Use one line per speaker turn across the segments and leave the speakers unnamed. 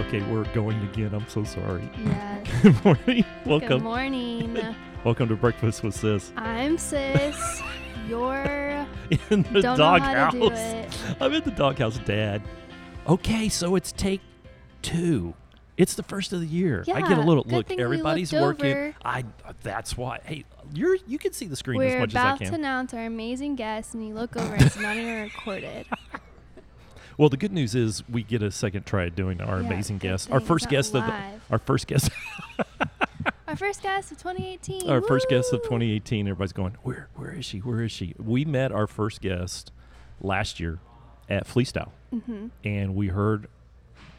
Okay, we're going again. I'm so sorry.
Yes.
Good morning.
Good
Welcome.
morning.
Welcome to Breakfast with Sis
I'm Sis. You're
in the
don't know how to do
doghouse.
it.
I'm in the doghouse, Dad. Okay, so it's take two. It's the first of the year. I get a
Yeah,
little
good
look.
thing we
Everybody's
looked
working.
over.
I. That's why. Hey, you're you can see the screen as
We're
much as I
about
can.
to announce our amazing guest, and you look over, and it's not even recorded.
Well, the good news is we get a second try at doing our
Yeah,
amazing
good
guest. Our
thing
first
it's
guest
not
of the,
live.
our first guest
Our first guest of 2018.
our first guest of
Woo!
2018. Everybody's going, where where is she? Where is she? We met our first guest last year at Fleestyle, and we heard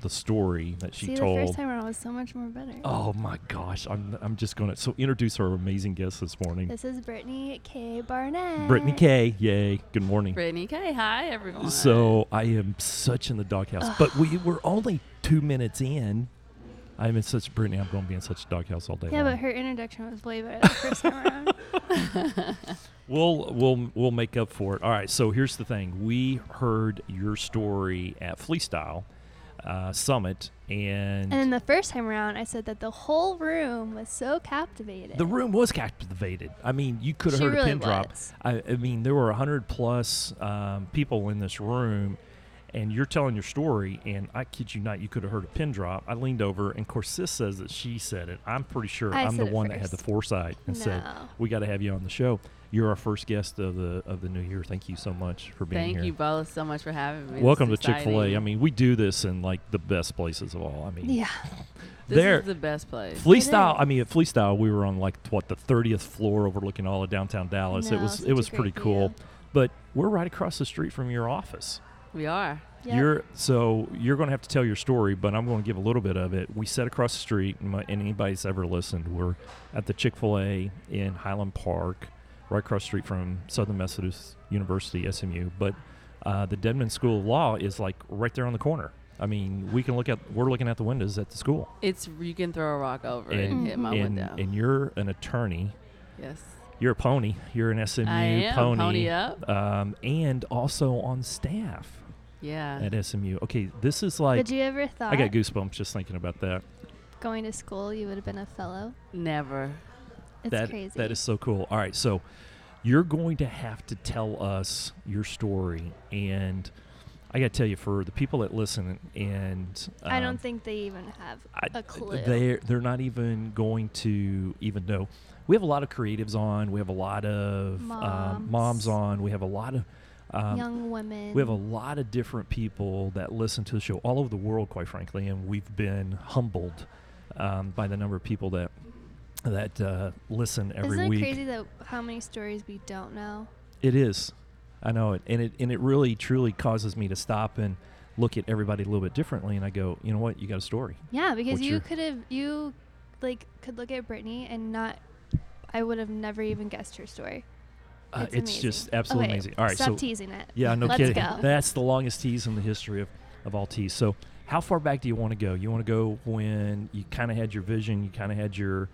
the story that she
Mm-hmm. See,
told.
the first time around was so much more better.
Oh my gosh! I'm I'm just gonna so introduce our amazing guest this morning,
This is Brittany K. Barnett.
Brittany Kay. Yay! Good morning.
Brittany K. Hi, everyone.
So I am such in the doghouse, but we were only two minutes in. I'm in such Brittany. I'm going to be in such a doghouse all day.
Yeah,
long.
but her introduction was way better the first time around.
We'll we'll we'll make up for it. All right. So here's the thing: we heard your story at Fleestyle uh, Summit, and,
And then the first time around, I said that the whole room was so captivated.
the room was captivated. I mean, you could have
She
heard a
really
pin drop.
was.
I, I mean, there were hundred plus um, people in this room, and you're telling your story. And I kid you not, you could have heard a pin drop. I leaned over, and of course, Sis says that she said it. I'm pretty sure
I
I'm
said
the
it
one that had the
first.
foresight and said,
No.
"We got to have you on the show." You're our first guest of the of the new year. Thank you so much for being
thank
here.
you both so much for having me.
Welcome to
This is
Chick Fil A.
exciting.
I mean, we do this in like the best places of all. I mean,
yeah.
this
there-
is the best place.
Fleestyle. I mean, at Fleestyle, we were on like what the thirtieth floor, overlooking all of downtown Dallas. it
No,
was
such
it
a
was
great
pretty cool.
view.
But we're right across the street from your office.
we are.
Yep.
You're so you're going to have to tell your story, but I'm going to give a little bit of it. We sat across the street, and, my, and anybody's ever listened, we're at the Chick Fil A in Highland Park, right across the street from Southern Methodist University (SMU). But uh, the Dedman School of Law is like right there on the corner. I mean, we can look at we're looking out the windows at the school,
It's you can throw a rock over and,
and
hit my
and,
window.
and you're an attorney.
yes.
You're a pony. You're an SMU
I am,
pony,
pony up.
Um, and also on staff
Yeah.
at SMU. Okay, this is like
Did you ever thought
I got goosebumps just thinking about that.
going to school you would have been a fellow?
Never.
It's
that
crazy.
that is so cool. All right, so you're going to have to tell us your story, and I got to tell you for the people that listen, and
I
um,
don't think they even have
I-
a clue.
They're they're not even going to even know. We have a lot of creatives on. We have a lot of Um,
Moms.
moms on. We have a lot of um,
Young women.
We have a lot of different people that listen to the show all over the world, quite frankly, and we've been humbled um, by the number of people that that uh, listen every
Isn't
week.
it crazy that how many stories we don't know?
It is, I know it, and it and it really truly causes me to stop and look at everybody a little bit differently, and I go, you know what, you got a story.
Yeah, because
What's your-
you could have you like could look at Brittany and not. I would have never even guessed her story.
Uh,
it's amazing.
just absolutely
Okay,
amazing. All right,
stop
so
teasing it.
yeah, no
Let's
kidding.
go.
That's the longest tease in the history of of all teas. So. How far back do you want to go? You want to go when you kind of had your vision, you kind of had your.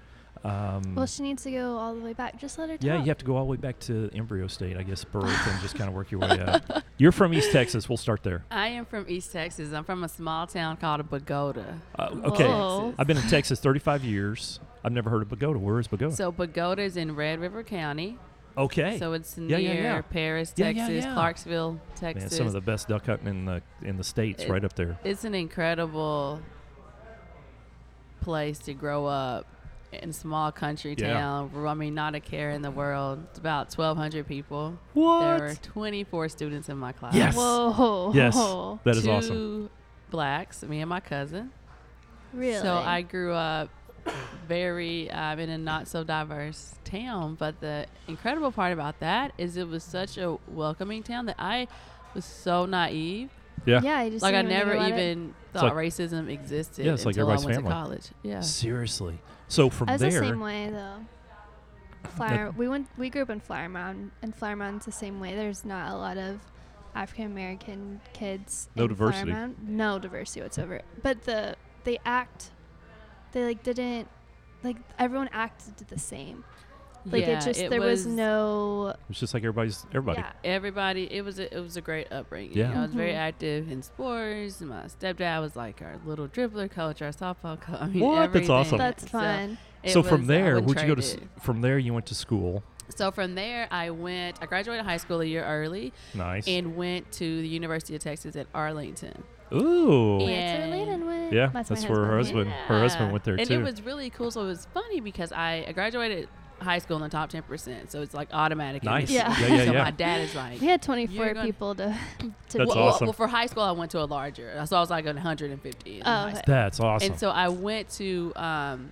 Um,
Well, she needs to go all the way back. Just let her.
Yeah,
talk.
you have to go all the way back to embryo state, I guess, birth, and just kind of work your way up. You're from East Texas. We'll start there.
I am from East Texas. I'm from a small town called Bogota.
Uh, okay,
Whoa.
I've been in Texas 35 years. I've never heard of Pagoda. Where is Pagoda?
So Bogota is in Red River County.
okay,
So it's
Yeah,
near
yeah, yeah.
Paris,
Yeah,
Texas,
yeah, yeah.
Clarksville,
man,
Texas.
some of the best duck hunting in the in the states,
It-
right up there.
it's an incredible place to grow up in a small country
Yeah.
town. where, I mean, not a care in the world. It's about 1,200 people. There were 24 students in my class.
Yes.
Whoa.
Yes,
Oh,
that is
Two
awesome.
blacks, me and my cousin.
Really.
So I grew up very um, in a not so diverse town. But the incredible part about that is it was such a welcoming town that I was so naive
Yeah.
Yeah, I just
like I
didn't
never
think about it.
even
It's
thought
like-
racism existed.
Yeah, it's like
until I
everybody's
went
family.
to college. Yeah,
Seriously. So from
I was
there,
the same way though. Flyer, we went. We grew up in Flyer Mountain, and Flyer Mountain's the same way. There's not a lot of African American kids.
No
in
diversity.
Flyer Mountain. No diversity whatsoever. But the they act, they like didn't, like everyone acted the same. Like
Yeah,
it just
it
there was,
was-
no
It's just like everybody's everybody.
yeah.
everybody it was a, it was a great upbringing
Yeah.
You know, i was very
Mhm.
active in sports my stepdad was like our little dribbler coach our softball coach i mean
What? That's awesome.
everything.
That's
So
fun.
it
So from
was- I
there,
wouldn't
would you go to?
trade
s-
it.
From there, you went to school.
so from there i went i graduated high school a year early
Nice.
and went to the university of texas at arlington
Ooh.
Yeah.
Where
And-
Leyland went.
Yeah,
that's,
that's
my
where her
husband.
husband- her husband went there,
and
too.
it was really cool. So it was funny because I, I graduated high school in the top ten percent, so it's like automatic.
Nice.
admission.
Yeah. Yeah, yeah,
so
yeah.
my dad is like,
We had 24
You're gonna-
people to.
That's
to
well,
be-
well-
awesome.
Well, for high school, I went to a larger, so I was like 150. In
Oh,
high
okay.
school.
That's awesome.
And so I went to, um,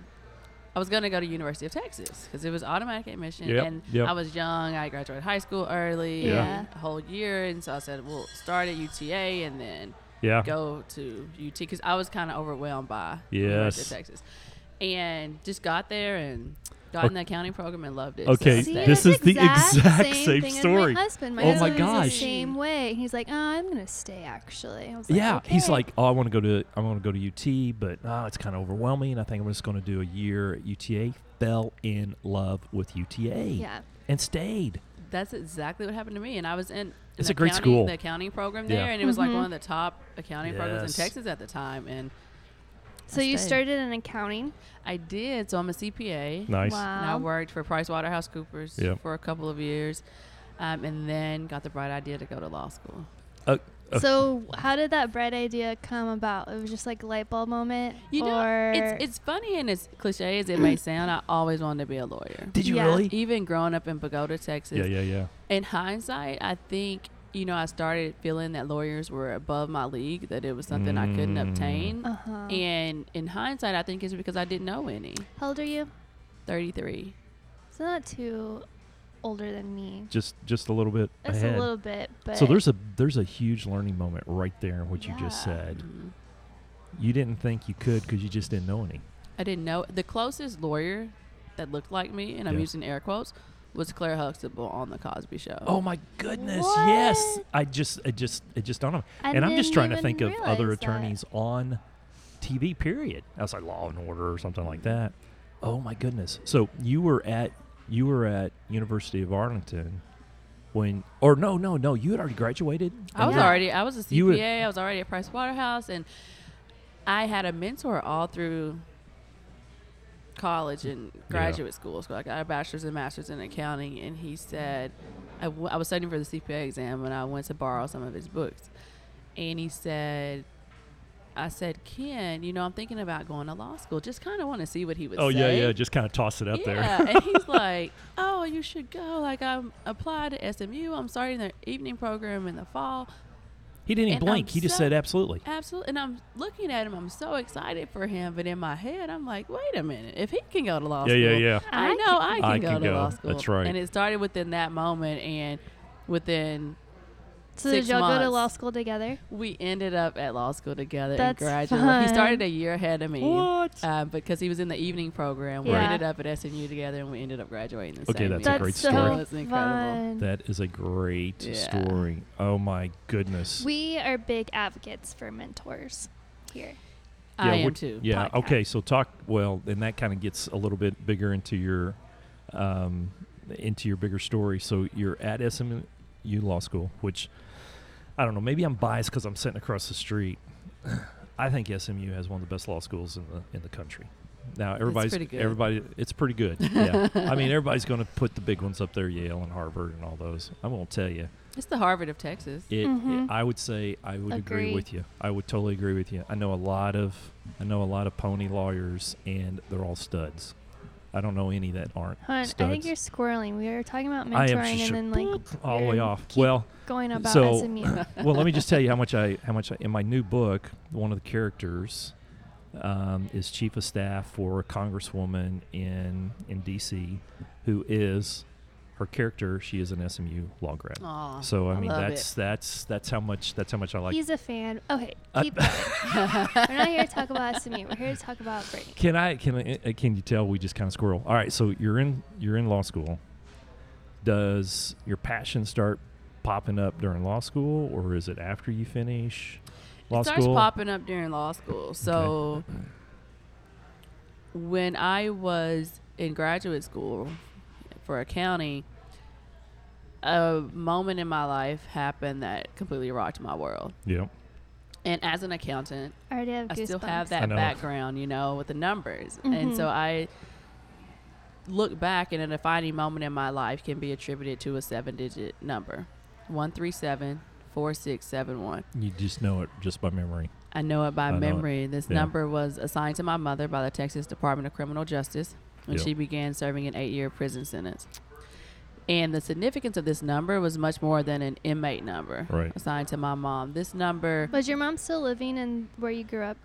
I was going to go to University of Texas because it was automatic admission.
Yep,
And
yep.
I was young. I graduated high school early,
Yeah.
and a whole year. And so I said, well, start at UTA and then
yeah.
go to UT because I was kind of overwhelmed by University of
Yes.
Texas. And just got there and got
O-
in the accounting program and loved it.
Okay,
so
See,
that-
this
that's
is the exact same
thing as
story.
my husband. My
Oh my
husband was
gosh.
the same way. He's like, oh, I'm gonna stay. Actually, I was like,
Yeah, he's
"Okay."
like, oh, I want to go to, I want to go to UT, but uh, it's kind of overwhelming. I think I'm just going to do a year at UTA. Fell in love with UTA
yeah,
and stayed.
that's exactly what happened to me. And I was in. in
It's a great
accounting-
school.
The accounting program
Yeah.
there, and it was like
Mhm.
one of the top accounting programs
Yes.
in Texas at the time. And
So you
stayed.
started in accounting.
I did. So I'm a CPA.
Nice.
And I
Wow.
worked for PricewaterhouseCoopers
Yep.
for a couple of years, um, and then got the bright idea to go to law school.
Uh,
So how did that bright idea come about? It was just like light bulb moment.
You know,
or
it's it's funny and as cliche as it may sound, I always wanted to be a lawyer.
Did you
yeah.
really?
Even growing up in Pagoda, Texas,
Yeah, yeah, yeah.
in hindsight, I think you know I started feeling that lawyers were above my league, that it was something I couldn't
Mm.
obtain.
uh huh.
And in hindsight, I think it's because I didn't know any.
How old are you?
Thirty-three.
It's not too older than me.
Just, just a little bit
It's
ahead.
a little bit, but
so there's a there's a huge learning moment right there in what you just
Yeah.
said.
Mhm.
You didn't think you could because you just didn't know any.
I didn't know the closest lawyer that looked like me, and I'm
Yeah.
using air quotes, was Claire Huxtable on the Cosby Show.
Oh my goodness! Yes,
What?
I just, I just, I just don't know.
I
and I'm just
didn't
trying to
even
think of other
realize that.
attorneys on TV. Period. Outside Law and Order or something like
Mm-hmm.
that. Oh my goodness! So you were at you were at University of Arlington when, or no, no, no, you had already graduated.
I was
Yeah.
already I was a
You would-
CPA. I was already at Price Waterhouse, and I had a mentor all through college and graduate school. So I got a bachelor's and master's in accounting, and he said I, w- I was studying for the CPA exam, and I went to borrow some of his books, and he said. I said, Ken, you know, I'm thinking about going to law school. Just kind of want to see what he would
Oh
say.
yeah, yeah. Just kind of toss it out
Yeah,
there.
and he's like, "Oh, you should go. Like, I'm applied to SMU. I'm starting their evening program in the fall.
he didn't even
and I'm
blink. He just
so-
said absolutely.
Absolutely." And I'm looking at him. I'm so excited for him, but in my head, I'm like, "Wait a minute. If he can go to law
Yeah,
school,
yeah, yeah.
I
I
know I
can-
can
I
go
can
to law
go.
school."
That's right.
And it started within that moment, and within
so did
six
y'all go to
months.
law school together?
we ended up at law school together
That's
and graduated. He
fun.
started a year ahead of me.
What?
Uh, because he was in the evening program, we
Yeah.
ended up at SMU together, and we ended up graduating the
Okay,
same
that's a
year.
great
so
story.
It was incredible.
fun.
That is a great
Yeah.
story. Oh my goodness.
We are big advocates for mentors here.
I am
what-
too.
Yeah.
podcast.
Okay. So talk. Well, and that kind of gets a little bit bigger into your, um, into your bigger story. So you're at SMU Law School, which I don't know. Maybe I'm biased because I'm sitting across the street. I think SMU has one of the best law schools in the in the country. Now everybody's
pretty good.
everybody. It's pretty good. Yeah. I mean, everybody's going to put the big ones up there, Yale and Harvard and all those. I won't tell you.
It's the Harvard of Texas.
It,
Mhm.
I would say I would agree.
Agree.
with you. I would totally agree with you. I know a lot of I know a lot of pony lawyers and they're all studs. I don't know any that aren't
Hun,
studs.
I think you're squirreling. We were talking about
I am
mentoring
sure-
and then like
all the way
you're-
off.
keep
Well,
going about
So-
SMU.
well, let me just tell you how much I how much I, in my new book, one of the characters um, is chief of staff for a congresswoman in in D.C. who is her character. She is an SMU law grad.
Aw,
So I, mean
love
that's that's that's how much that's how much I like.
He's a fan. Okay,
I-
keep going. we're not here to talk about SMU. We're here to talk about Brady.
Can I? Can I, uh, can you tell we just kind of squirrel? All right, so you're in you're in law school. Does your passion start popping up during law school, or is it after you finish
it.
law
it starts
school?
popping up during law school. So when I was in graduate school, for accounting, a moment in my life happened that completely rocked my world.
Yeah.
And as an accountant,
I already have
I
goosebumps.
still have
I
that
know.
background, you know, with the numbers. And so
Mhm.
I look back and a defining moment in my life can be attributed to a seven digit number. One three seven four six seven one.
You just know it just by memory.
I know it by
I know it.
memory. This
Yeah.
number was assigned to my mother by the Texas Department of Criminal Justice when
Yep.
she began serving an eight year prison sentence. And the significance of this number was much more than an inmate number
Right.
assigned to my mom. This number,
Was your mom still living in where you grew up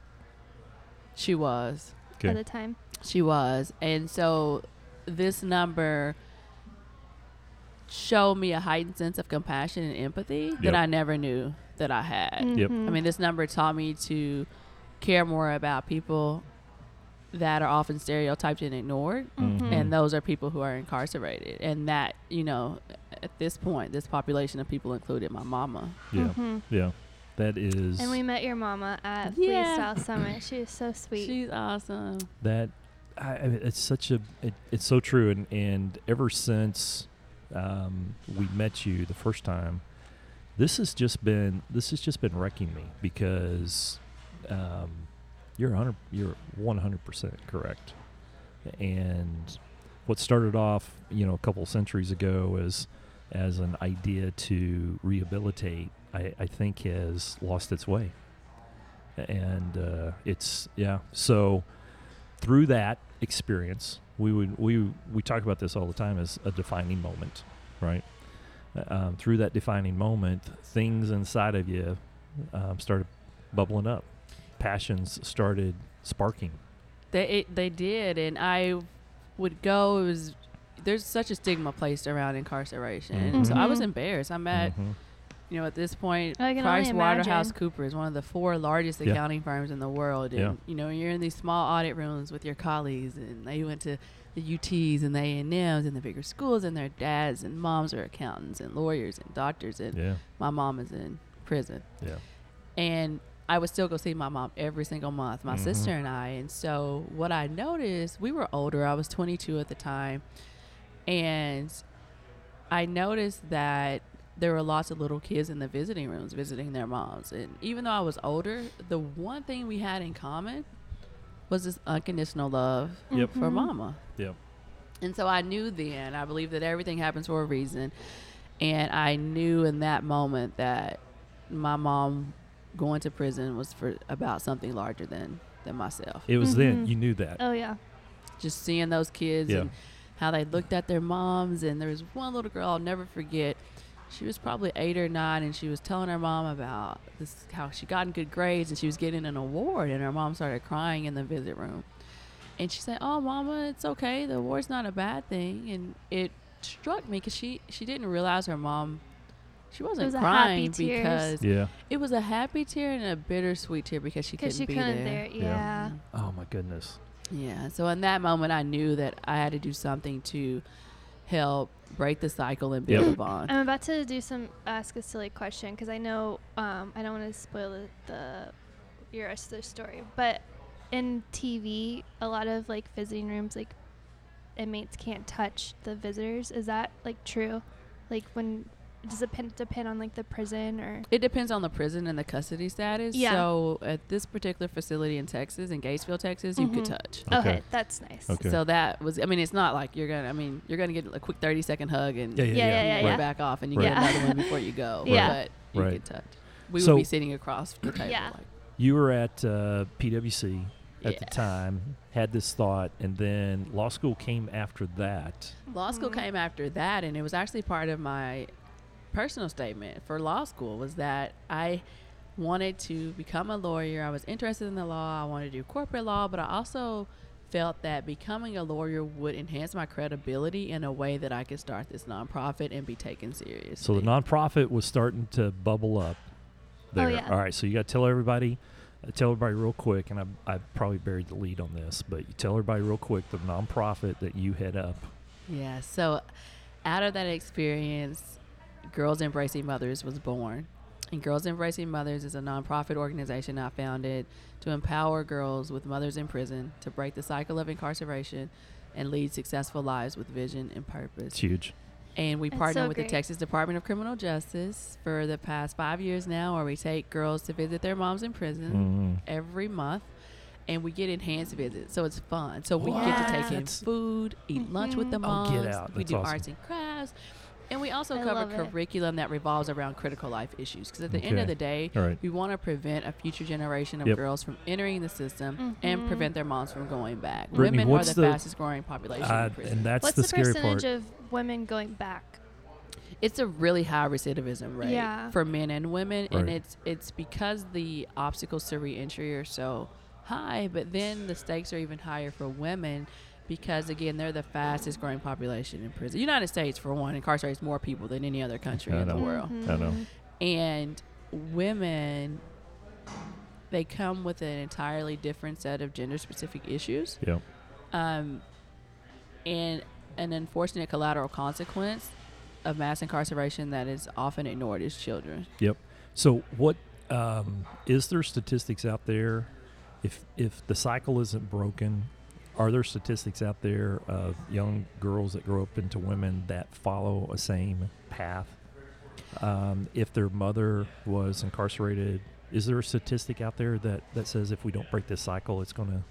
she was.
Okay.
at the time?
She was. And so this number showed me a heightened sense of compassion and empathy
Yep.
that I never knew that I had.
Yep.
Uh, I mean, this number taught me to care more about people that are often stereotyped and ignored.
Mm-hmm.
Mhm.
Mm.
And those are people who are incarcerated. And that, you know, at this point, this population of people included my mama.
Yeah.
Mhm.
Yeah. That is
And we met your mama at
Yeah.
Freestyle Summit. She was so sweet.
She's awesome.
that I, I mean, it's such a it, it's so true and and ever since um, we met you the first time this has just been this has just been wrecking me because um, you're 100 you're 100% correct and what started off you know a couple centuries ago as as an idea to rehabilitate I, I think has lost its way and uh, it's yeah so through that experience, we would we we talk about this all the time as a defining moment, right? Um, through that defining moment, things inside of you um, started bubbling up, passions started sparking.
They it, they did, and I would go. It was there's such a stigma placed around incarceration, and so I was
Mhm.
embarrassed. I'm at
Mhm.
you know at this point,
I can only
Price Waterhouse
imagine.
Cooper is one of the four largest
Yeah.
accounting firms in the world, and
Yeah.
you know you're in these small audit rooms with your colleagues, and they went to the UTs and the A and M's and the bigger schools, and their dads and moms are accountants and lawyers and doctors, and
Yeah,
my mom is in prison
yeah,
and I would still go see my mom every single month, my
Mhm.
sister and I. And so what I noticed, we were older. I was 22 at the time, and I noticed that there were lots of little kids in the visiting rooms visiting their moms. And even though I was older, the one thing we had in common was this unconditional love
Yep.
Mm-hmm.
for mama.
yeah.
And so I knew then, I believe that everything happens for a reason. And I knew in that moment that my mom going to prison was for about something larger than than myself.
It was then
Mhm.
you knew that.
Oh yeah.
Just seeing those kids
Yeah.
and how they looked at their moms and there was one little girl I'll never forget. She was probably 8 or 9 and she was telling her mom about this how she got in good grades and she was getting an award and her mom started crying in the visit room. And she said, "Oh, mama, it's okay. The award's not a bad thing." And it struck me because she she didn't realize her mom she wasn't
was a happy
crying
tears.
because
Yeah.
it was a happy tear and a bittersweet tear because she couldn't
Because she
be
couldn't
there.
there. Yeah.
Mhm.
Oh my goodness.
Yeah. So in that moment, I knew that I had to do something to help break the cycle and build
Yep.
a bond.
I'm about to do some ask a silly question because I know um, I don't want to spoil the, the your rest of the story, but in TV, a lot of like visiting rooms, like inmates can't touch the visitors. Is that like true? Like when does it depend, depend on like the prison or?
It depends on the prison and the custody status.
Yeah.
So at this particular facility in Texas, in Gatesville, Texas, you could
Mhm.
touch.
Okay.
Okay, that's nice.
Okay.
So that was. I mean, it's not like you're gonna. I mean, you're gonna get a quick thirty second hug and
Yeah, yeah,
Yeah,
yeah.
yeah, yeah,
you
yeah.
back off, and you get
Right.
another one before you go.
Yeah.
But you
Right.
could touch. We
So-
would be sitting across the table.
Yeah.
Like,
You were at uh, PwC at the
Yeah.
time, had this thought, and then law school came after that.
law school
Mhm.
came after that and it was actually part of my personal statement for law school was that i wanted to become a lawyer i was interested in the law i wanted to do corporate law but i also felt that becoming a lawyer would enhance my credibility in a way that i could start this nonprofit and be taken seriously
So the nonprofit was starting to bubble up there.
Oh, yeah.
All right, so you got to tell everybody, uh, tell everybody real quick, and I, I probably buried the lead on this, but you tell everybody real quick the nonprofit that you head up.
yeah so out of that experience girls embracing mothers was born And Girls Embracing Mothers is a nonprofit organization I founded to empower girls with mothers in prison to break the cycle of incarceration and lead successful lives with vision and purpose.
It's huge.
And we
That's
partner
so
with the
great.
Texas Department of Criminal Justice for the past five years now, where we take girls to visit their moms in prison
Mhm.
every month. And we get enhanced visits, so it's fun. So we get to take in
What?
food, eat lunch with the
Oh,
moms.
get out.
We
That's
do
awesome.
arts and crafts, and we also
I
cover
love it.
curriculum that revolves around critical life issues. Because at the end
Okay.
of the day,
All right.
we want to prevent a future generation of
Yep.
girls from entering the system and
Mhm.
prevent their moms from going back.
Brittany,
Women are
what's
the,
the-
fastest growing population.
Uh,
in prison.
and that's
What's
the,
the,
scary
percentage
part.
of women going back?
it's a really high recidivism rate
Yeah.
for men and women and
Right.
it's it's because the obstacles to reentry are so high but then the stakes are even higher for women because again they're the fastest growing population in prison united states for one incarcerates more people than any other country
I
in the
know.
world
I know.
Mhm.
and women they come with an entirely different set of gender specific issues
yeah.
um, and an unfortunate collateral consequence of mass incarceration that is often ignored is children.
Yep. So what um, is there statistics out there if if the cycle isn't broken? Are there statistics out there of young girls that grow up into women that follow a same path? Um, if their mother was incarcerated, is there a statistic out there that, that says if we don't break this cycle, it's going to?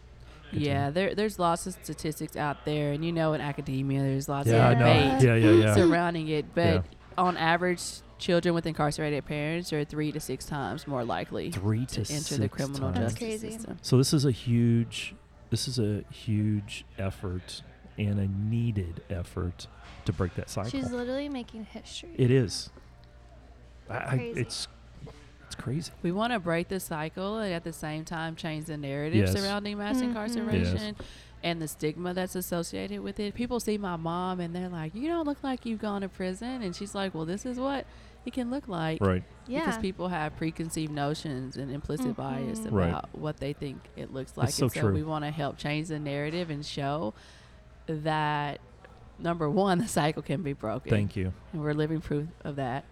Yeah, there, there's lots of statistics out there, and you know, in academia, there's lots
Yeah, I
of
know.
debate
Yeah, yeah, yeah.
surrounding it. But
Yeah.
on average, children with incarcerated parents are three to six times more likely
Three
to
to
enter the
six
criminal
times.
justice
crazy.
system.
So this is a huge, this is a huge effort and a needed effort to break that cycle.
She's literally making history.
It is. I, I,
Crazy.
it's it's crazy.
We want to break the cycle and at the same time change the narrative
Yes.
surrounding mass
Mhm. Yes.
incarceration and the stigma that's associated with it. People see my mom and they're like, You don't look like you've gone to prison. And she's like, Well, this is what it can look like.
Right.
yeah.
Because people have preconceived notions and implicit bias
Mhm.
Right.
about what they think it looks like.
That's
and
so
so
true.
we want to help change the narrative and show that, number one, the cycle can be broken
Thank you.
and we're living proof of that.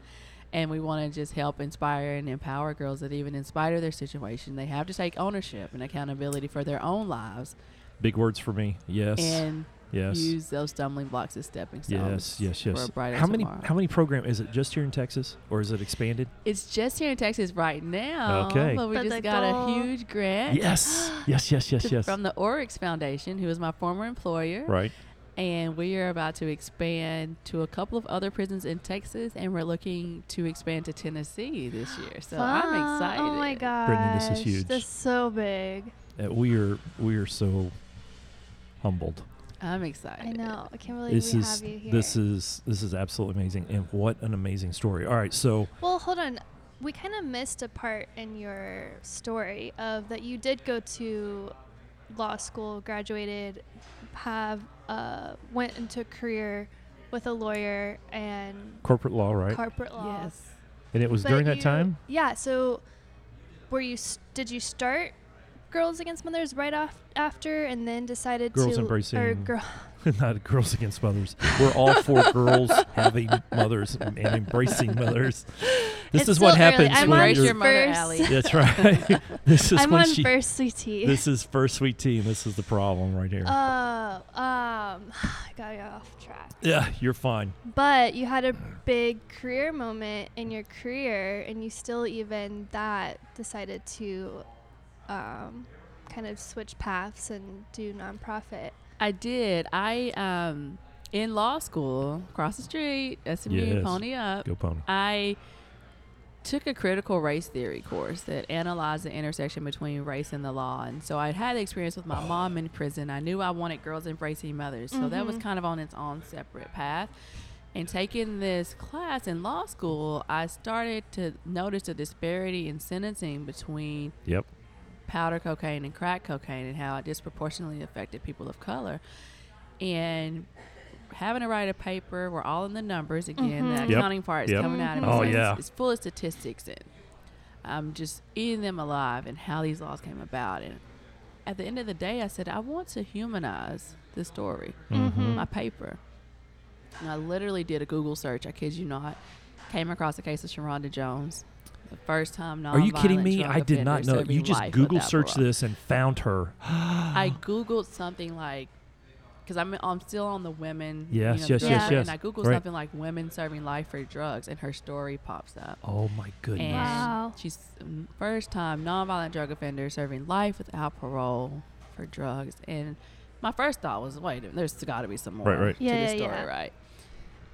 And we want to just help inspire and empower girls that even in spite of their situation, they have to take ownership and accountability for their own lives
Big words for me. Yes.
and
yes.
use those stumbling blocks as stepping stones.
yes. Yes. Yes.
for a brighter
How many?
tomorrow.
How many program is it? Just here in Texas, or is it expanded?
It's just here in Texas right now.
Okay.
But we
But the
just got a
goal-
huge grant
Yes. yes. Yes. Yes.
to-
Yes.
from the Oryx Foundation, who is my former employer.
Right.
and we are about to expand to a couple of other prisons in Texas, and we're looking to expand to Tennessee this year. So I'm
Fun.
excited.
Oh my gosh.
Brittany, this is huge.
That's so big.
Uh, we are we are so humbled.
I'm excited.
I know. I can't believe
This
we
is
have you here.
this is this is absolutely amazing, and what an amazing story. All right. So
Well, hold on. We kind of missed a part in your story of that you did go to law school, graduated, have uh, went into career with a lawyer and
corporate law, right?
corporate law.
Yes.
and it was
But
during that
you-
time.
Yeah. So, were you? s- Did you start Girls Against Mothers right off after, and then decided
Girls
to or
Embracing-
girl?
not girls against mothers. We're all for girls having mothers and embracing mothers. This
It's
is what
still early.
happens
I'm
when
on
Embrace
you're.
your mother,
first-
Allie.
that's right. this is
I'm
when
on
she.
first CT.
This is first sweet tea, and this is the problem right here.
Oh, um, I got off track.
yeah, you're fine.
But you had a big career moment in your career, and you still even that decided to um, kind of switch paths and do nonprofit.
I did. I um in law school across the street, SMU
Yes.
Pony Up.
Go pony.
I took a critical race theory course that analyzed the intersection between race and the law. And so I had experience with my mom in prison. I knew I wanted girls embracing mothers. So that was
Mhm.
kind of on its own separate path. And taking this class in law school, I started to notice a disparity in sentencing between
Yep.
powder cocaine and crack cocaine and how it disproportionately affected people of color. And having to write a paper, we're all in the numbers again.
Mhm.
The
Yep.
accounting part is
Yep.
coming out of me.
Oh,
so it's-
yeah.
It's full of statistics and I'm just eating them alive and how these laws came about. And at the end of the day, I said, I want to humanize the story
Mm-hmm. Mm.
Mhm.
my paper. And I literally did a Google search. I kid you not. Came across the case of Sharonda Jones. The first time.
Are you kidding
nonviolent
me?
drug
I did not
offender
know.
serving
You just
life
Google
without
searched
parole.
this and found her.
I Googled something like because I'm I'm still on the women.
Yes,
you know,
yes,
drug-
yes,
yes.
And I Google
Right.
something like women serving life for drugs, and her story pops up.
Oh my
And
goodness.
Wow.
she's mm, first time nonviolent drug offender serving life without parole for drugs. And my first thought was, wait, a minute, there's got to be some more
Right, right.
to
Yeah,
this
yeah,
story,
yeah.
right?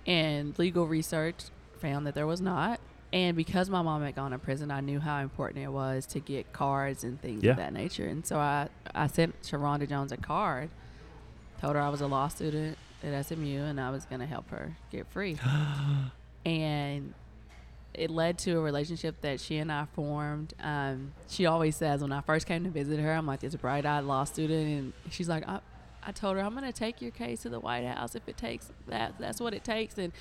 And legal research found that there was not. And because my mom had gone to prison, I knew how important it was to get cards and things
Yeah.
of that nature. And so I, I sent Sharonda Jones a card, told her I was a law student at SMU and I was going to help her get free. and it led to a relationship that she and I formed. Um, she always says, when I first came to visit her, I'm like this bright eyed law student. And she's like, I, I told her, I'm going to take your case to the White House if it takes that. That's what it takes. And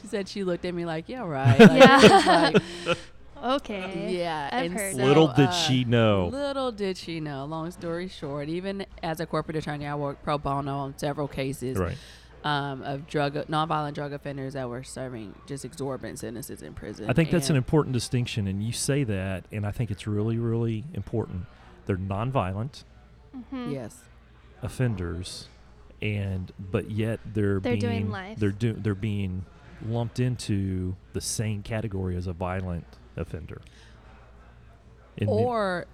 she said, she looked at me like, yeah, right. Like,
Yeah.
it's like-
Okay.
yeah.
I've
and
heard
so,
that.
Little did
uh,
she know.
Little did she know. Long story short, even as a corporate attorney, I worked pro bono on several cases
Right.
um, of drug nonviolent drug offenders that were serving just exorbitant sentences in prison.
I think that's an
And-
important distinction, and you say that, and I think it's really, really important. They're nonviolent
Mm-hmm.
yes.
offenders, and but yet they're
They're
being,
doing life.
They're do, they're being lumped into the same category as a violent offender, And it-
or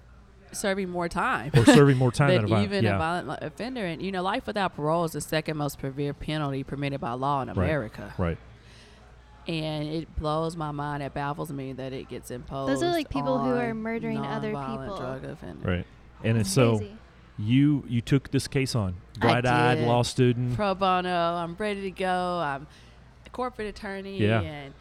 serving more time.
or serving more time
than
than a violent.
even
yeah.
a violent li- offender, and you know, life without parole is the second most severe penalty permitted by law in America.
right.
And it blows my mind. It baffles me that it gets imposed.
like, people who are
on
murdering other
nonviolent
people.
Drug offenders.
Right. And it's so
Crazy.
you you took this case on, bright-eyed
did.
law student.
pro bono. I'm ready to go. I'm a corporate attorney
Yeah.
and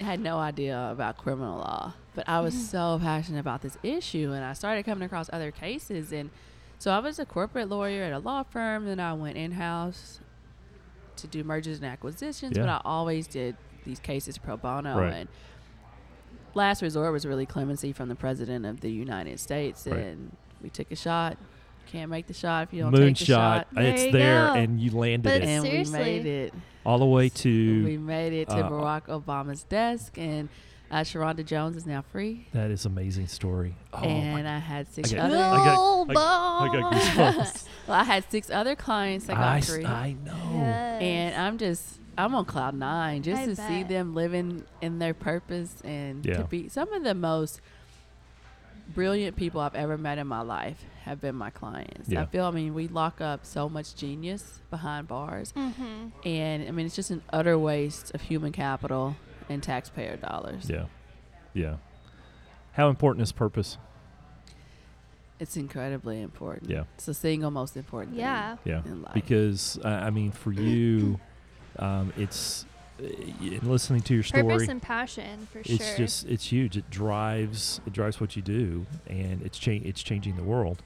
had no idea about criminal law. But I was so passionate about this issue and I started coming across other cases and so I was a corporate lawyer at a law firm, then I went in house to do mergers and acquisitions, but
Yeah.
I always did these cases pro bono
Right.
and last resort was really clemency from the president of the United States
Right.
and we took a shot. Can't make the shot if you don't take the
Moonshot,
shot
There
it's
you
there,
go.
and you landed
But
it
it's-
and
Seriously.
we made it.
all the way to
We made it to
uh,
Barack Obama's desk, and uh, Sharonda Jones is now free.
That is amazing story. Oh
and
my
I had six
Okay.
other.
I got- I I
Little
got
bones.
goosebumps.
well, I had six other clients that got
I, s-
free,
I know.
Yes.
and uh, I'm just I'm on cloud nine just
I
to see
bet.
them living in their purpose and
Yeah.
to be some of the most brilliant people I've ever met in my life have been my clients.
Yeah.
I feel I mean we lock up so much genius behind bars,
Mm-hmm.
and I mean it's just an utter waste of human capital and taxpayer dollars.
Yeah. Yeah. How important is purpose?
It's incredibly important.
Yeah.
It's the single most important
Yeah.
Yeah.
thing in life.
Because, uh, I mean, for you, um, it's uh, y- listening to your
Purpose
story.
and passion for
It's
sure.
just, it's huge. It drives, it drives what you do, and it's cha- it's changing the world.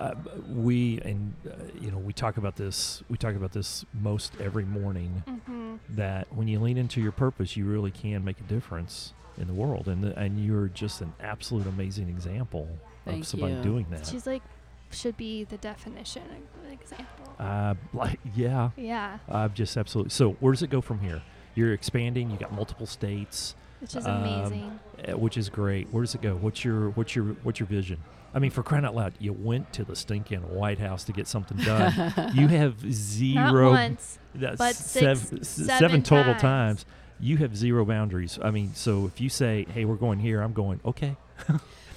Uh, b- we and uh, you know we talk about this. We talk about this most every morning.
mm-hmm.
that when you lean into your purpose, you really can make a difference in the world, and the, and you're just an absolute amazing example
Thank
of somebody
you.
doing that.
She's like, should be the definition of an example.
uh, like yeah,
yeah,
I've just absolutely. So where does it go from here? You're expanding. You got multiple states,
which is
um,
amazing.
uh, which is great. Where does it go? What's your what's your what's your vision? I mean, for crying out loud, you went to the stinking White House to get something done. uh, you have
Not
zero.
once.
That's
but
sev-
six,
s-
seven
total
times.
times. You have zero boundaries. I mean, so if you say, "Hey, we're going here," I'm going. Okay.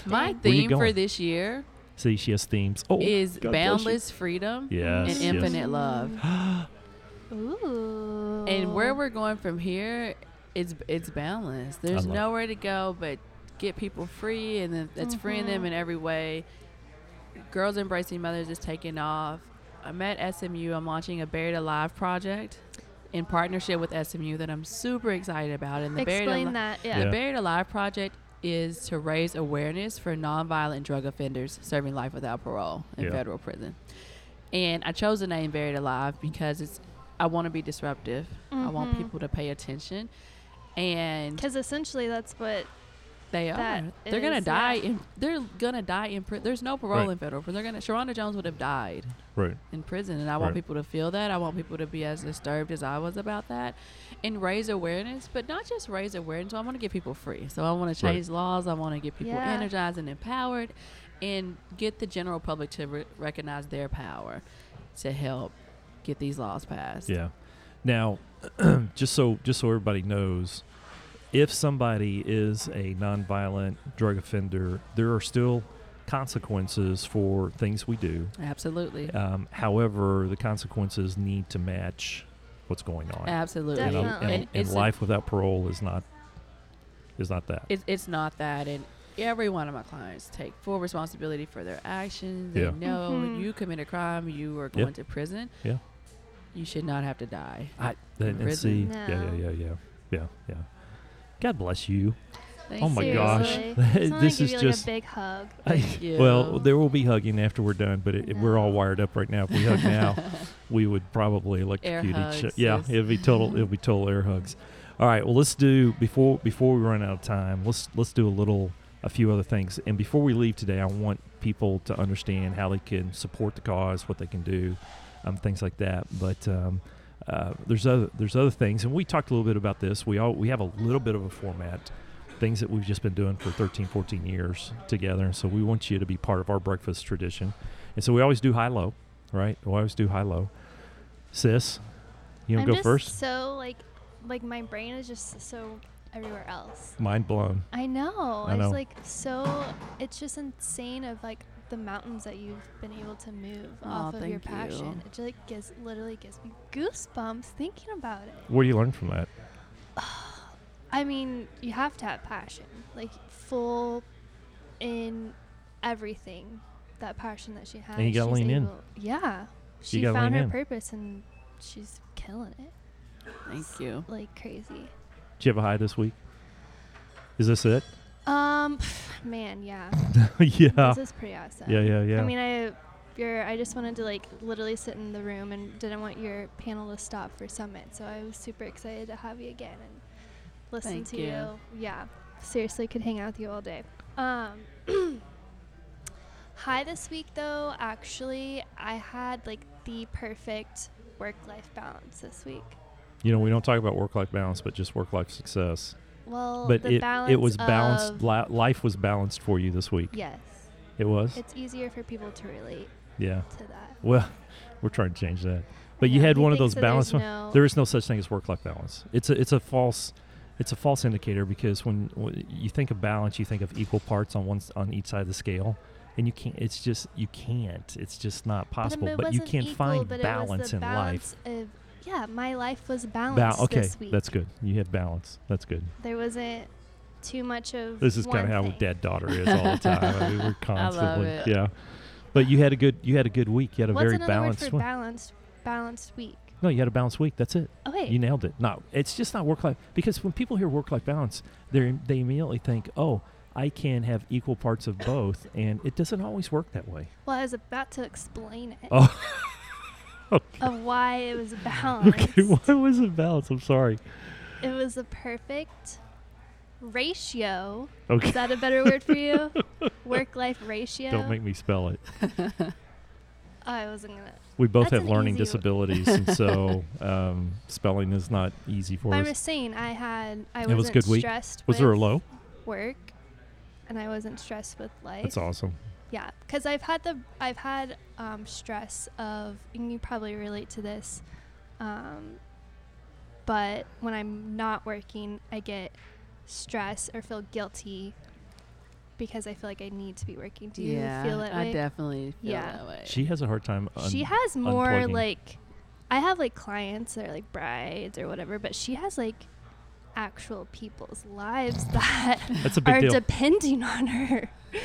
My
Where you
theme for
going?
this year
See, she has themes. Oh,
is
God bless you.
boundless freedom
Yes,
and
yes.
infinite love.
Ooh.
And where we're going from here, it's it's balanced. There's
love it.
nowhere to go but get people free, and then it's freeing
Mm-hmm.
them in every way. Girls embracing mothers is taking off. I'm at SMU. I'm launching a Buried Alive project in partnership with SMU that I'm super excited about. And the Buried
explain
Alive.
that.
Yeah.
Yeah.
The Buried Alive Project is to raise awareness for nonviolent drug offenders serving life without parole in
Yeah.
federal prison. And I chose the name Buried Alive because it's I want to be disruptive. I want
Mhm.
people to pay attention. And
Because essentially that's what.
they
that
are. They're gonna
is-
die
yeah.
in they're gonna die in prison. There's no parole
Right.
in federal prison. They're gonna Sharonda Jones would have died
right.
in prison and i want
Right.
people to feel that i want people to be as disturbed as i was about that and raise awareness but not just raise awareness i want to get people free so i want to
Right.
change laws i want to get people
Yeah.
energized and empowered and get the general public to re- recognize their power to help get these laws passed.
Yeah. Now, just so just so everybody knows, if somebody is a nonviolent drug offender, there are still consequences for things we do.
Absolutely.
Um, however, the consequences need to match what's going on.
Absolutely.
And, a-
Definitely.
and-
And
and
it's a-
life without parole is not is not that.
It, it's not that. And every one of my clients take full responsibility for their actions. They
Yeah.
know
Mhm.
you commit a crime, you are going to prison.
Yeah.
You should not have to die.
I and, and
Written.
see, yeah,
No.
yeah, yeah, yeah, yeah, yeah. God bless you. Oh
Thanks.
my gosh.
Seriously. Just wanna
This
give
is
you,
just-
like a big hug.
you.
Well, there will be hugging after we're done, but it, we're all
No.
wired up right now. If we hug now, we would probably electrocute each.
hugs,
yeah,
yes.
it'd be total. It'd be total air hugs. All right. Well, let's do before before we run out of time. Let's let's do a little, a few other things. And before we leave today, I want people to understand how they can support the cause, what they can do, um, things like that. But um, uh, there's other there's other things, and we talked a little bit about this. We all we have a little bit of a format. Things that we've just been doing for 13, 14 years together. And so we want you to be part of our breakfast tradition. And so we always do high low, right? We always do high low. Sis, you
I'm
want to go
just
first?
So like, like my brain is just so everywhere else.
Mind blown.
I know.
I
it's
know.
like so. It's just insane of like the mountains that you've been able to move
Aw,
off of your
thank you.
passion. It just like gives literally gives me goosebumps thinking about it.
What do you learn from that?
I mean, you have to have passion, like full in everything. That passion that she has.
you gotta
she's
lean in.
able- Yeah, she
gotta
found
lean
her
in.
purpose and she's killing it
Thank you.
like crazy.
Did you have a high this week? Is this it?
Um, man, yeah.
yeah.
This is pretty awesome.
Yeah, yeah, yeah.
I mean, I your I just wanted to like literally sit in the room and didn't want your panel to stop for summit, so I was super excited to have you again and listen
Thank
to
you.
you. Yeah, seriously, could hang out with you all day. Um, hi this week though. Actually, I had like the perfect work-life balance this week.
you know, we don't talk about work life balance, but just work life success.
Well,
but
the
it,
balance
it was balanced.
of-
Li- life was balanced for you this week.
yes,
It was?
it's easier for people to relate
yeah.
to that.
Well, we're trying to change that. But you
Yeah,
had
he
one of those
thinks that
balanced
there's
one.
no-
There is no such thing as work-life balance. It's a it's a false it's a false indicator because when, when you think of balance, you think of equal parts on one s- on each side of the scale, and you can't. It's just you can't. It's just not possible.
it
But, you
wasn't
can
equal,
find
but it was
balance
the
in life.
balance of- yeah, my life was
Ba-
balanced
okay,
this week.
that's good. You had balance. That's good.
There wasn't too much of.
This is
one
kind of how
thing.
dad daughter is all the time. I mean, we're
I love
constantly
it.
yeah. But you had a good you had a good week. You had a
What's
very
another
balanced
word for
one.
balanced? Balanced week. Oh,
no, you had a balanced week. That's it.
Okay.
You nailed it. No, it's just not work life because when people hear work life balance, they they immediately think, "Oh, I can have equal parts of both," and it doesn't always work that way.
well, I was about to explain it
Oh,
of why it was balanced.
okay. What was it balance? I'm sorry.
It was the perfect ratio.
Okay.
Is that a better word for you? Work-life ratio.
Don't make me spell it.
Oh, I wasn't gonna.
We both
That's
have
an
learning
easy-
disabilities, and so um, spelling is not easy for
I'm
us.
just saying, I had. I
It was a
wasn't
good week.
stressed.
Was there a
with
low?
Work, and I wasn't stressed with life.
That's awesome.
Yeah, because I've had the I've had um, stress of, and you probably relate to this, um, but when I'm not working, I get stress or feel guilty because I feel like I need to be working. Do
yeah,
you feel that
I
way?
definitely feel
Yeah.
that way.
She has a hard time. Un-
uh, she has more
unplugging.
like, I have like clients that are like brides or whatever, but she has like actual people's lives that
That's a big
are
deal.
depending on her. It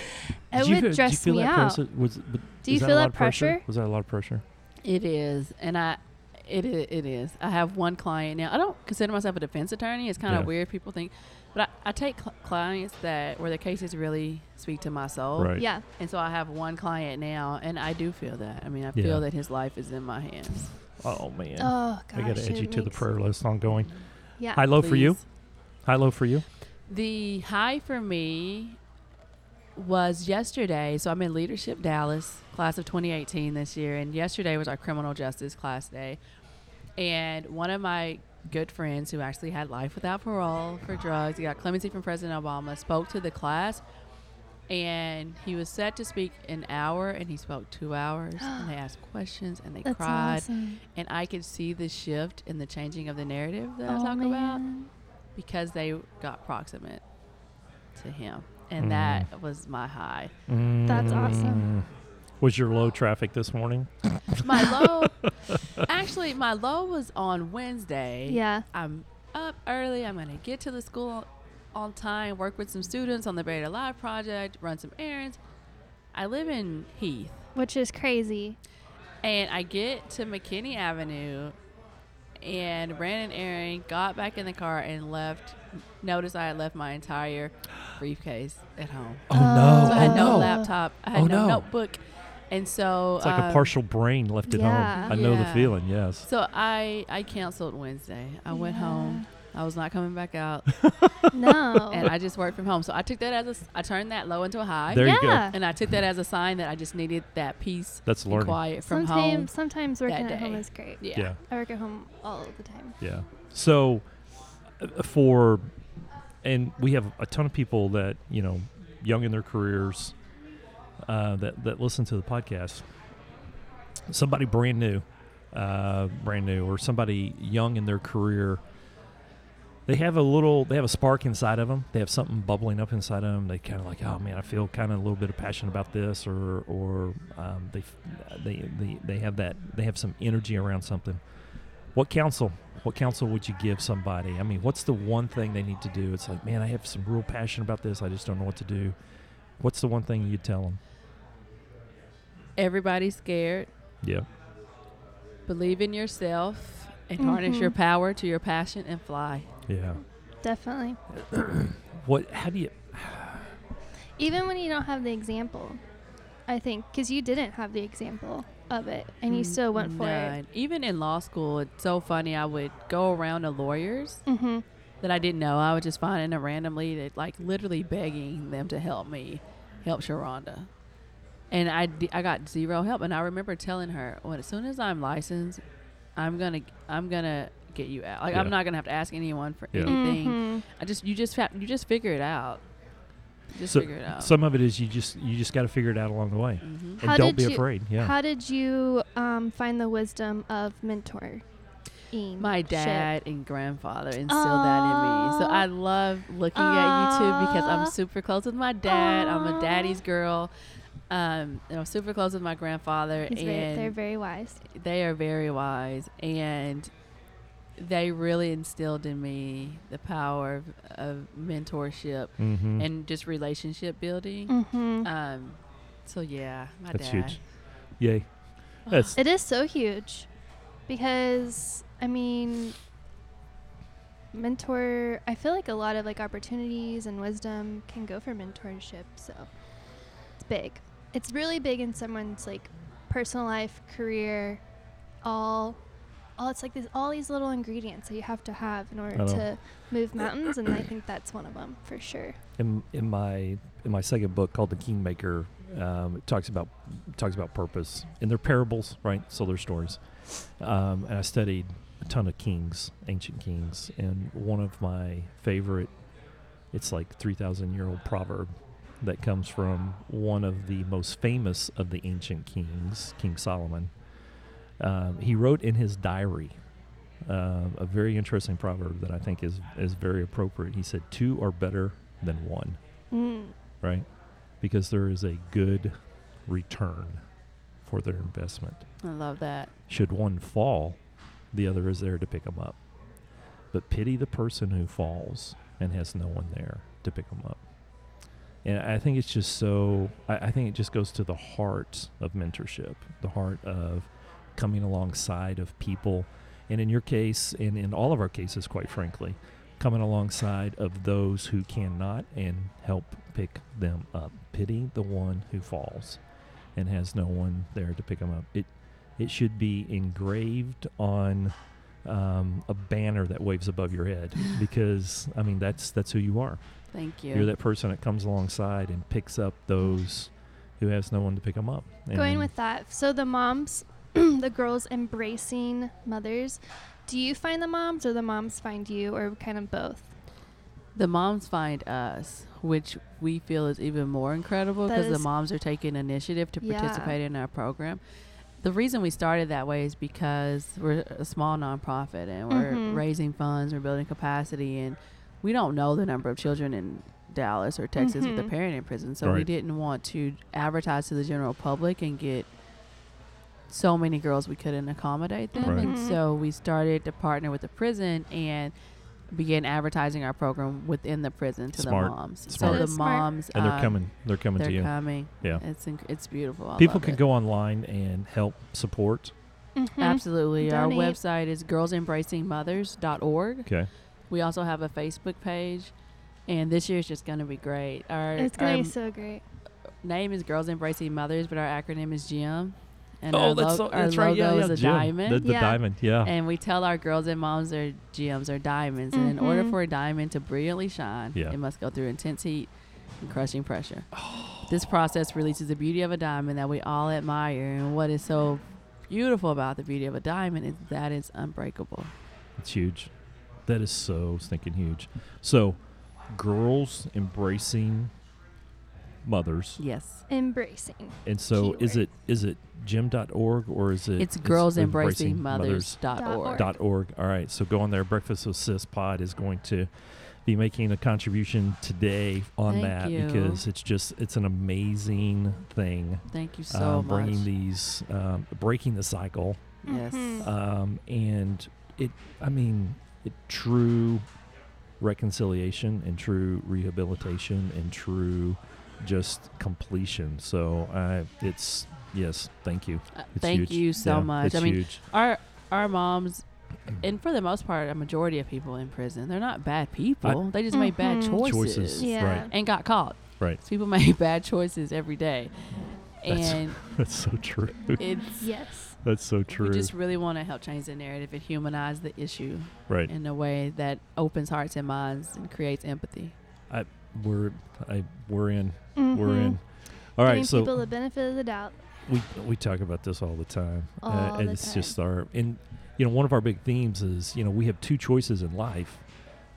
Did you feel-
would
did
stress
you feel
me
that
out.
Pressure? Was, but
Do you
is that a
feel
lot
that
of pressure?
pressure?
Was that a lot of pressure?
It is, and I, it i- it is. I have one client now. I don't consider myself a defense attorney. It's kind of
Yeah.
weird people think, but I, I take cl- clients that where their cases really speak to my soul.
Right.
Yeah.
And so I have one client now, and I do feel that. I mean, I
Yeah.
feel that his life is in my hands.
Oh man.
Oh gosh.
I gotta add
it
you to the
makes- Uh,
prayer list ongoing.
Yeah.
High low for you.
Please.
High low for you.
The high for me was yesterday. So I'm in Leadership Dallas, class of 2018 this year. And yesterday was our criminal justice class day. And one of my good friends who actually had life without parole for drugs, he got clemency from President Obama, spoke to the class. And he was set to speak an hour, and he spoke two hours. and they asked questions, and they
That's
cried.
awesome.
And I could see the shift and the changing of the narrative that
Oh,
I talk about because they got proximate to him. And
Mm.
that was my high.
That's awesome.
Mm. Was your low traffic this morning?
My low, actually, my low was on Wednesday.
Yeah.
I'm up early. I'm going to get to the school on, on time, work with some students on the Buried Alive project, run some errands. I live in Heath,
Which is crazy.
and I get to McKinney Avenue and ran an errand, got back in the car, and left. Notice I had left my entire briefcase at home.
Oh,
no.
So I had
Oh,
no,
no.
laptop. I had
Oh,
no,
no.
notebook. And so
It's like a
um,
partial brain left at
uh, yeah.
home. I know
Yeah.
the feeling. Yes.
So I I canceled Wednesday. I went
Yeah.
home. I was not coming back out,
No.
and I just worked from home. So I took that as a s- I turned that low into a high,
There you go.
Yeah.
and I took that as a sign that I just needed that peace
That's
and
learning.
quiet from
sometimes,
home.
sometimes working
that
at home
day.
is great.
Yeah.
yeah.
I work at home all the time.
Yeah. So uh, for and we have a ton of people that, you know, young in their careers uh, that that listen to the podcast. Somebody brand new, uh, brand new or somebody young in their career they have a little they have a spark inside of them they have something bubbling up inside of them they kind of like oh man i feel kind of a little bit of passion about this or or um, they, f- they they they have that they have some energy around something what counsel what counsel would you give somebody i mean what's the one thing they need to do it's like man i have some real passion about this i just don't know what to do what's the one thing you'd tell them
Everybody's scared.
yeah
Believe in yourself and harness
Mhm.
your power to your passion and fly.
yeah
Definitely.
what how do you
Even when you don't have the example, I think, because you didn't have the example of it, and
Mm,
you still went for it.
None. Even in law school, it's so funny. I would go around to lawyers
Mm-hmm.
that I didn't know. I would just find them randomly, that, like literally begging them to help me help Sharonda. And I, d- I got zero help. And I remember telling her, when as soon as I'm licensed, I'm gonna I'm gonna get you out. Like I'm
Yeah.
not gonna have to ask anyone for
Yeah.
anything.
Mm-hmm.
I just you just fa- you just figure it out. Just figure it out.
some of it is you just you just got to figure it out along the way
hmm
and
How
don't
did
be
you-
afraid yeah
How did you um, find the wisdom of mentor?
My dad and grandfather instilled that in me.
Aw.
So I love looking at YouTube because I'm
Aw.
super close with my dad. I'm a
Aw.
daddy's girl. Um, and I'm super close with my grandfather. and
they're very wise.
they are very wise. And they really instilled in me the power of, of mentorship
mm-hmm.
and just relationship building.
Mm-hmm.
Um, so, yeah, my
that's
dad.
huge yay that's
It is so huge because I mean mentor I feel like a lot of like opportunities and wisdom can go for mentorship so it's big. It's really big in someone's like personal life, career, all all it's like this all these little ingredients that you have to have in order
I know.
to move mountains and I think that's one of them for sure.
in, in my in my second book called The Kingmaker, um, it talks about talks about purpose and they're parables, right? So they're stories. Um, and I studied a ton of kings, ancient kings, and one of my favorite, it's like three thousand year old proverb that comes from one of the most famous of the ancient kings, King Solomon. Um, he wrote in his diary uh, a very interesting proverb that I think is is very appropriate. He said, two are better than one
Mm.
right? Because there is a good return for their investment.
I love that.
Should one fall, the other is there to pick them up. But pity the person who falls and has no one there to pick them up. And I think it's just so, I, I think it just goes to the heart of mentorship, the heart of coming alongside of people. And in your case, and in all of our cases, quite frankly, coming alongside of those who cannot and help pick them up. Pity the one who falls and has no one there to pick them up. It it should be engraved on um, a banner that waves above your head because I mean that's that's who you are.
Thank you.
You're that person that comes alongside and picks up those who has no one to pick them up.
Going
And
with that, so the moms, the girls embracing mothers, do you find the moms or the moms find you or kind of both?
The moms find us, which we feel is even more incredible
That
because the
is-
moms are taking initiative to
Yeah.
participate in our program. The reason we started that way is because we're a small nonprofit and we're
Mhm.
raising funds, we're building capacity, and we don't know the number of children in Dallas or Texas with
Mhm.
a parent in prison. So we
Right.
didn't want to advertise to the general public and get so many girls we couldn't accommodate them.
Right.
And
Mhm.
so we started to partner with the prison and began advertising our program within the prison to
Smart.
the moms.
Smart.
So the
That's smart.
moms
and they're
um,
coming. They're coming
They're
to you.
coming.
Yeah.
It's inc- it's beautiful. I
People
love
can
it.
go online and help support.
Mm-hmm.
Mhm.
Absolutely. Our
Donate.
website is girlsembracingmothers.org.
Okay.
We also have a Facebook page. And this year's just going to be great. Our,
It's gonna
our
be
m-
so great.
name is Girls Embracing Mothers, but our acronym is GEM. And
oh,
our,
that's,
lo-
so,
our
that's
logo
right. Yeah, yeah,
is a
Jim.
diamond.
The, the
Yeah.
diamond. Yeah.
and we tell our girls and moms their gems are diamonds and in order
Mhm.
for a diamond to brilliantly shine
Yeah.
it must go through intense heat and crushing pressure
Oh.
this process releases the beauty of a diamond that we all admire and what is so beautiful about the beauty of a diamond is that it's unbreakable
It's huge. That is so stinking huge. So, girls embracing mothers.
yes
Embracing.
And so is
Keyword.
it is it gym.org or is it
it's girls embracing mothers
Dot org.
dot org. All right, so go on there. Breakfast with Sis Pod is going to be making a contribution today on
Thank
that
you.
because it's just it's an amazing thing.
thank you so
um,
much
bringing these um, breaking the cycle
yes
Mhm.
um, and it I mean it true reconciliation and true rehabilitation and true just completion. So uh, it's yes, thank you.
Uh,
It's
thank
huge.
you so
Yeah,
much
It's
i mean
huge.
our our moms and for the most part a majority of people in prison they're not bad people they just made bad
Mhm.
Choices.
Yeah.
Right.
and got caught.
Right.
So people make bad choices every day.
That's-
And
That's so true.
it's
Yes.
That's so
we
true.
just really want to help change the narrative and humanize the issue
right.
in a way that opens hearts and minds and creates empathy.
We're I, we're in. We're
Mhm.
in. All right,
Giving
so
people the benefit of the doubt.
we we talk about this all the time, Uh,
All
and
the
it's
time.
just our and you know one of our big themes is you know we have two choices in life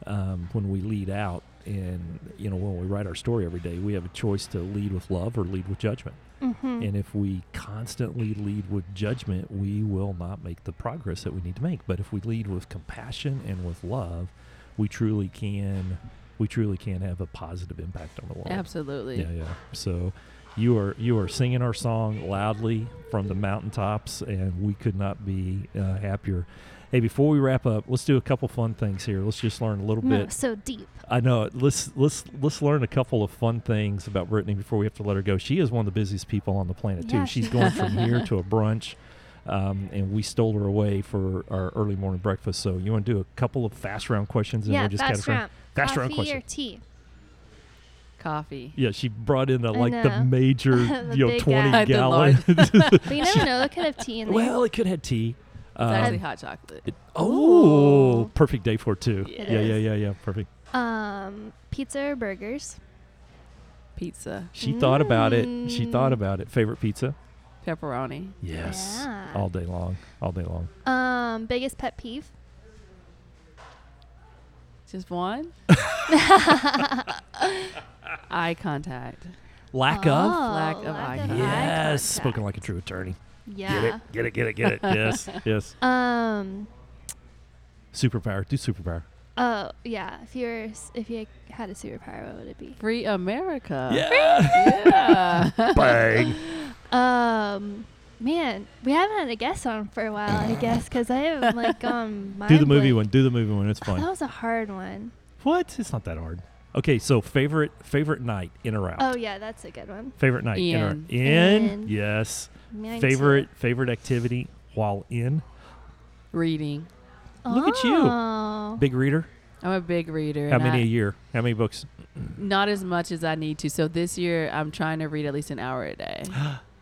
um, when we lead out, and you know when we write our story every day, we have a choice to lead with love or lead with judgment.
Mm-hmm.
And if we constantly lead with judgment, we will not make the progress that we need to make. But if we lead with compassion and with love, we truly can we truly can have a positive impact on the world.
Absolutely.
Yeah, yeah. So you are you are singing our song loudly from the mountaintops, and we could not be uh, happier. Hey, before we wrap up, let's do a couple fun things here. Let's just learn a little
no,
bit.
so deep.
I know. Let's let's let's learn a couple of fun things about Brittany before we have to let her go. She is one of the busiest people on the planet too.
Yeah,
She's
she
going from here to a brunch, um, and we stole her away for our early morning breakfast. So you want to do a couple of fast round questions, and
yeah,
we'll just
fast
kind of fast
round. Coffee
round
or
question.
tea?
Coffee.
Yeah, she brought in the,
I
like the
know.
major,
The
you know,
big
twenty
guy.
The
gallon.
But you never know. They could have tea in there.
well, it could have tea.
It's actually
Um,
hot chocolate.
it- oh,
Ooh.
perfect day for two.
It
yeah, yeah,
is.
yeah, yeah. Perfect.
um, pizza or burgers?
Pizza.
She thought about it. She thought
Mm.
about it. Favorite pizza?
Pepperoni.
Yes.
Yeah.
All day long. All day long.
Um, biggest pet peeve?
Just one. Eye contact.
Lack
Oh,
Lack of
of.
eye eye
Yes.
contact.
Spoken like a true attorney.
Yeah.
Get it. Get it. Get it. Get it. yes. Yes.
Um.
Superpower. Do superpower.
Oh yeah. If you were, s- if you had a superpower, what would it be?
Free America.
yeah.
Yeah.
Bang.
Um. Man, we haven't had a guest on for a while, I guess, because I have like um.
Do the movie one. Do the movie one. It's fun.
That was a hard one.
What? It's not that hard. Okay, so favorite favorite night in or out?
Oh yeah, that's a good one.
Favorite night in or
In.
in?
In.
Yes.
Mine too.
favorite favorite activity while in?
Reading.
Look at you.
Oh.
Big reader.
I'm a big reader.
How
and
many
I-
a year? How many books?
Not as much as I need to. So this year, I'm trying to read at least an hour a day.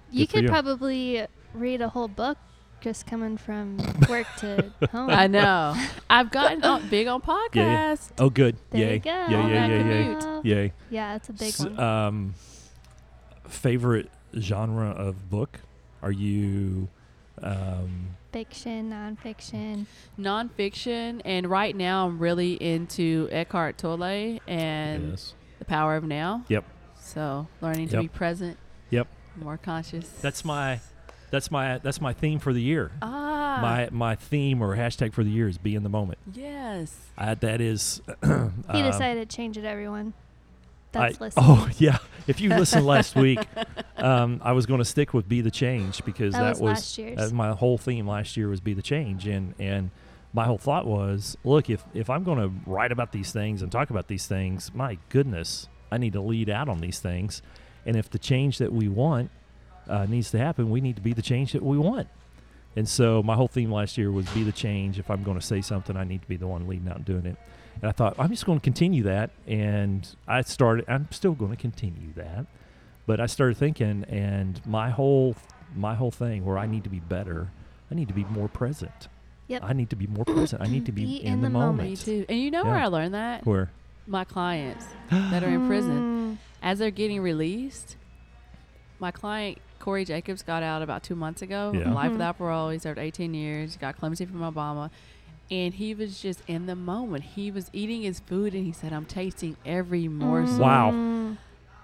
You
Good for
could
you.
probably read a whole book just coming from work to home.
I know. I've gotten on, big on podcasts.
Yeah, yeah. Oh, good.
There
yay!
you go.
Yeah,
On
yeah,
that
yeah,
commute.
yeah, yay!
Yeah, that's a big
S-
one.
um, favorite genre of book? Are you um,
Fiction, nonfiction.
nonfiction, and right now I'm really into Eckhart Tolle
Um,
and
yes.
The Power of Now.
Yep.
So learning to
Yep.
be present.
Yep.
More conscious.
That's my that's my that's my theme for the year.
ah
My my theme or hashtag for the year is be in the moment.
yes.
I, that is.
He
um,
decided to change it, everyone.
I-
That's listening.
oh yeah! If you listened last week, um, I was going to stick with "Be the Change" because
That
that,
was last year's.
that- Uh, my whole theme last year was "Be the Change," and and my whole thought was, look, if if I'm going to write about these things and talk about these things, my goodness, I need to lead out on these things, and if the change that we want uh, needs to happen, we need to be the change that we want. And so my whole theme last year was be the change. If I'm going to say something, I need to be the one leading out and doing it. And I thought I'm just going to continue that. And I started. I'm still going to continue that. But I started thinking, and my whole my whole thing where I need to be better. I need to be more present.
Yep.
I need to be more present. I need to be, in, the, moment.
Me too. And you know
Yeah.
where I learned that?
Where
My clients that are in prison. As they're getting released, my client Corey Jacobs got out about two months ago.
Yeah.
Life
Mhm.
without parole. He served 18 years. Got clemency from Obama. And he was just in the moment. He was eating his food and he said, I'm tasting every
Mm.
morsel
Wow.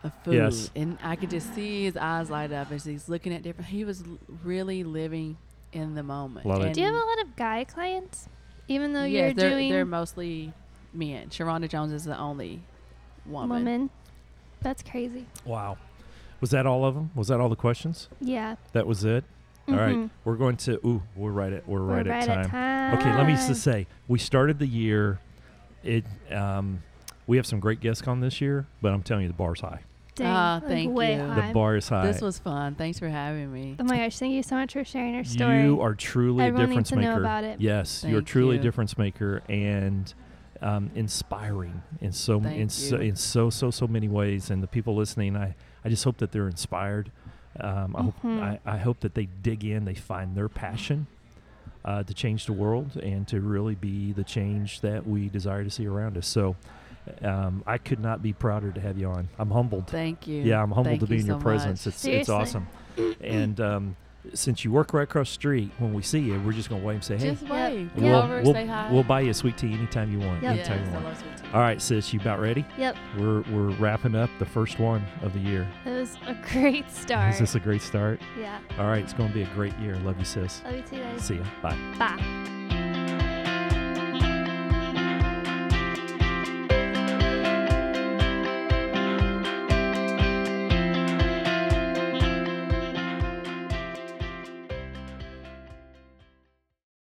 of food.
Yes.
And I could just see his eyes light up as he's looking at different. He was l- really living in the moment.
Love it.
And
Do you have a lot of guy clients? Even though you're
yes, they're,
doing
they're mostly men. Sharonda Jones is the only woman.
woman. That's crazy.
wow, was that all of them? Was that all the questions?
Yeah.
That was it. All right,
Mhm.
we're going to. Ooh, we're right at Mm-hmm. we're,
We're
right, at, time.
time.
Okay, let me just say we started the year. It um, we have some great guests on this year, but I'm telling you the bar's high.
Dang,
Ah,
like
thank
way
you. The
The
high.
bar is high.
This was fun. Thanks for having me.
Oh my gosh! Thank you so much for sharing your story.
you are truly a
Everyone
difference
needs to know
maker.
about it.
Yes, you're
Thank
truly
you.
a difference maker and um, inspiring in so m- in
Thank
so
you.
in so so so many ways. And the people listening, I I just hope that they're inspired. Um, I,
Mhm.
hope, I, I hope that they dig in, they find their passion uh, to change the world and to really be the change that we desire to see around us. So um, I could not be prouder to have you on. I'm humbled.
Thank you.
Yeah, I'm humbled
Thank
to be
you
in
so
your presence. It's
much.
it's
Seriously.
awesome. and um, since you work right across the street, when we see you, we're just gonna wave and say, "Hey,
Just wave.
and
Come
we'll,
over,
we'll-
say hi.
we'll buy you a sweet tea anytime you want.
Yep.
Yes,
Anytime you
I
want."
love sweet tea.
All right, sis, you about ready?
Yep,
We're we're wrapping up the first one of the year.
that was a great start.
Is this a great start?
yeah,
All right, it's gonna be a great year. Love you, sis.
love you too, guys.
See ya. Bye.
Bye.